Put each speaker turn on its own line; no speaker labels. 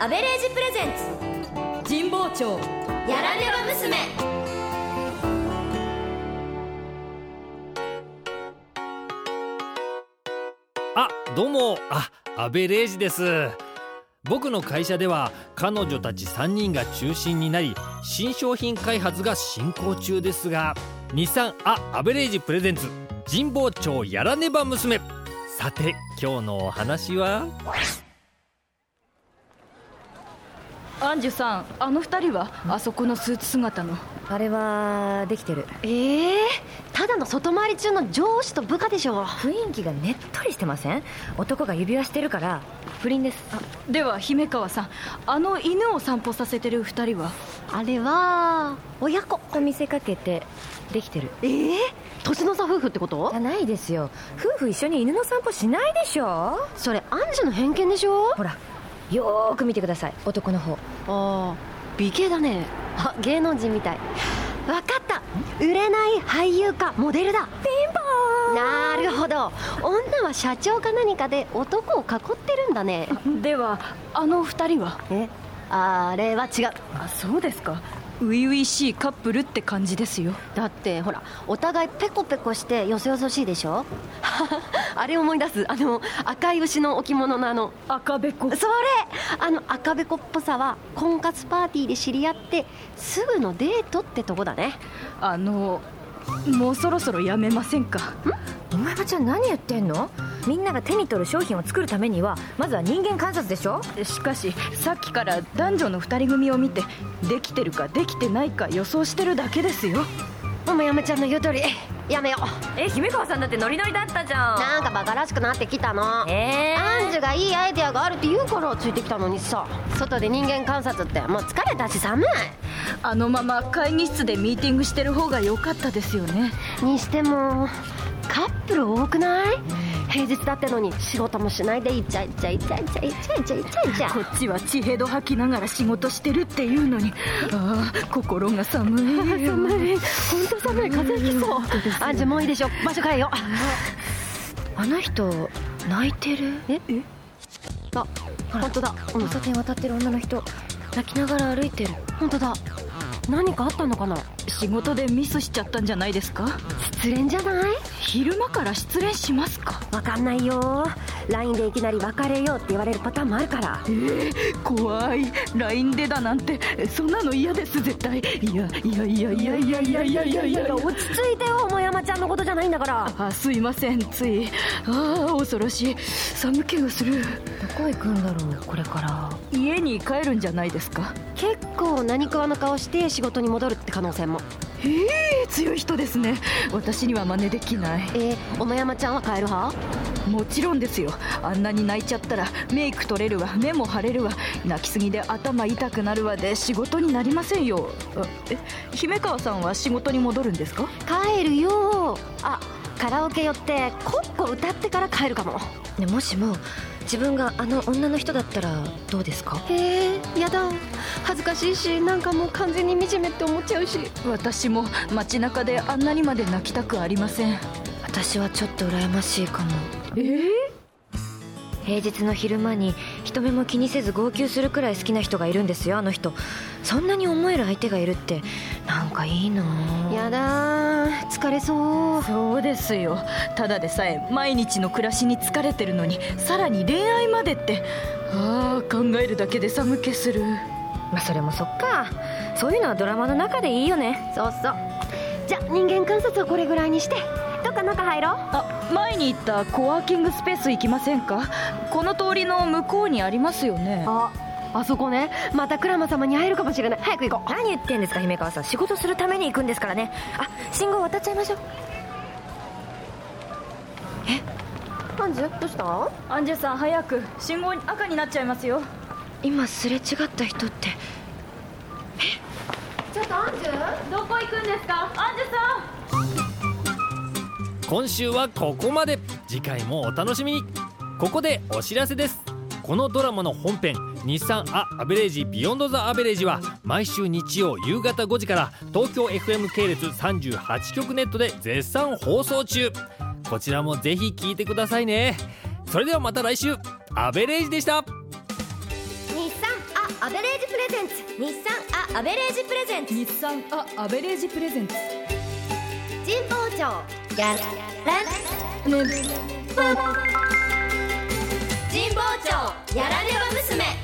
アベレージプレゼンツ神保町やらねば娘
あどうもあ安倍レイジです僕の会社では彼女たち3人が中心になり新商品開発が進行中ですが日産あアベレージプレゼンツ神保町やらねば娘さて今日のお話は
アンジュさんあの二人はあそこのスーツ姿の
あれはできてる
ええただの外回り中の上司と部下でしょ
雰囲気がねっとりしてません男が指輪してるから不倫です
では姫川さんあの犬を散歩させてる二人は
あれは親子
と見せかけてできてる
ええ年の差夫婦ってこと
じゃないですよ夫婦一緒に犬の散歩しないでしょ
それアンジュの偏見でしょ
ほらよーく見てください男の方
ああ美形だねあ芸能人みたいわかった売れない俳優かモデルだピンポーンなるほど女は社長か何かで男を囲ってるんだね
ではあの二人は
えあれは違う
あそうですか初々しいカップルって感じですよ
だってほらお互いペコペコしてよそよそしいでしょ あれ思い出すあの赤い牛の置物のあの
赤べこ
それあの赤べこっぽさは婚活パーティーで知り合ってすぐのデートってとこだね
あのもうそろそろやめませんか
お前はちゃん何言ってんのみんなが手に取る商品を作るためにはまずは人間観察でしょ
しかしさっきから男女の二人組を見てできてるかできてないか予想してるだけですよ
ももやまちゃんの言う通りやめよう
え姫川さんだってノリノリだったじゃ
なんかバカらしくなってきたの
え
アンジュがいいアイデアがあるって言うからついてきたのにさ外で人間観察ってもう疲れたし寒い
あのまま会議室でミーティングしてる方が良かったですよね
にしてもカップル多くない平日だってのに仕事もしないでイチャイチャイチャイチャイチャイチャイチャイチ
こ
ャ
っちは地平度吐きながら仕事してるっていうのにああ心が寒い寒い
本当寒い風邪ひきそうアンジュもういいでしょ場所変えよう
あの人泣いてる
えあ本当だうん
交差点渡ってる女の人泣きながら歩いてる
本当だ何かあったのかな
仕事でミスしちゃったんじゃないですか
失恋じゃない
昼間から失恋しますか
わかんないよ LINE でいきなり別れようって言われるパターンもあるから
怖い LINE でだなんてそんなの嫌です絶対いやいやいやいやいやいやいやいやいや
落ち着いてよもやまちゃんのことじゃないんだから
あすいませんついああ恐ろしい寒気がする
どこ行くんだろうこれから
家に帰るんじゃないですか
結構何食わぬ顔して仕事に戻るって可能性も
ええ強い人ですね私には真似できない
えー、小野山ちゃんは帰る派
もちろんですよあんなに泣いちゃったらメイク取れるわ目も腫れるわ泣きすぎで頭痛くなるわで仕事になりませんよあえ姫川さんは仕事に戻るんですか
帰るよあカラオケ寄ってコッコ歌ってから帰るかも
ねもしも自分があの女の人だったらどうですか
へえやだ恥ずかしいしなんかもう完全に惨めって思っちゃうし
私も街中であんなにまで泣きたくありません
私はちょっと羨ましいかも
え
平日の昼間に人目も気にせず号泣するくらい好きな人がいるんですよあの人そんなに思える相手がいるってなんかいいなあ
やだー疲れそう
そうですよただでさえ毎日の暮らしに疲れてるのにさらに恋愛までってああ考えるだけで寒気する
まあそれもそっかそういうのはドラマの中でいいよね
そうそうじゃ人間観察はこれぐらいにしてどっか中入ろう
あ前に行ったコワーキングスペース行きませんかこの通りの向こうにありますよね
ああそこねまたクラマ様に会えるかもしれない早く行こ
何言ってんですか姫川さん仕事するために行くんですからねあ信号渡っちゃいましょう
うアンジュどうした
アンジェさん早く信号赤になっちゃいますよ
今すれ違った人って
ちょっとアンジュ
どこ行くんですかアンジェさん
今週はここまで次回もお楽しみにここでお知らせですこのドラマの本編「日産ア・アベレージ・ビヨンド・ザ・アベレージ」は毎週日曜夕方5時から東京 FM 系列38局ネットで絶賛放送中こちらもぜひ聞いてくださいねそれではまた来週アベレージでした
日産
アベレージプレゼンツ日産アアベレージプレゼンツ
日産あアベレージプレゼンツ
神保町やらね神保町やられば娘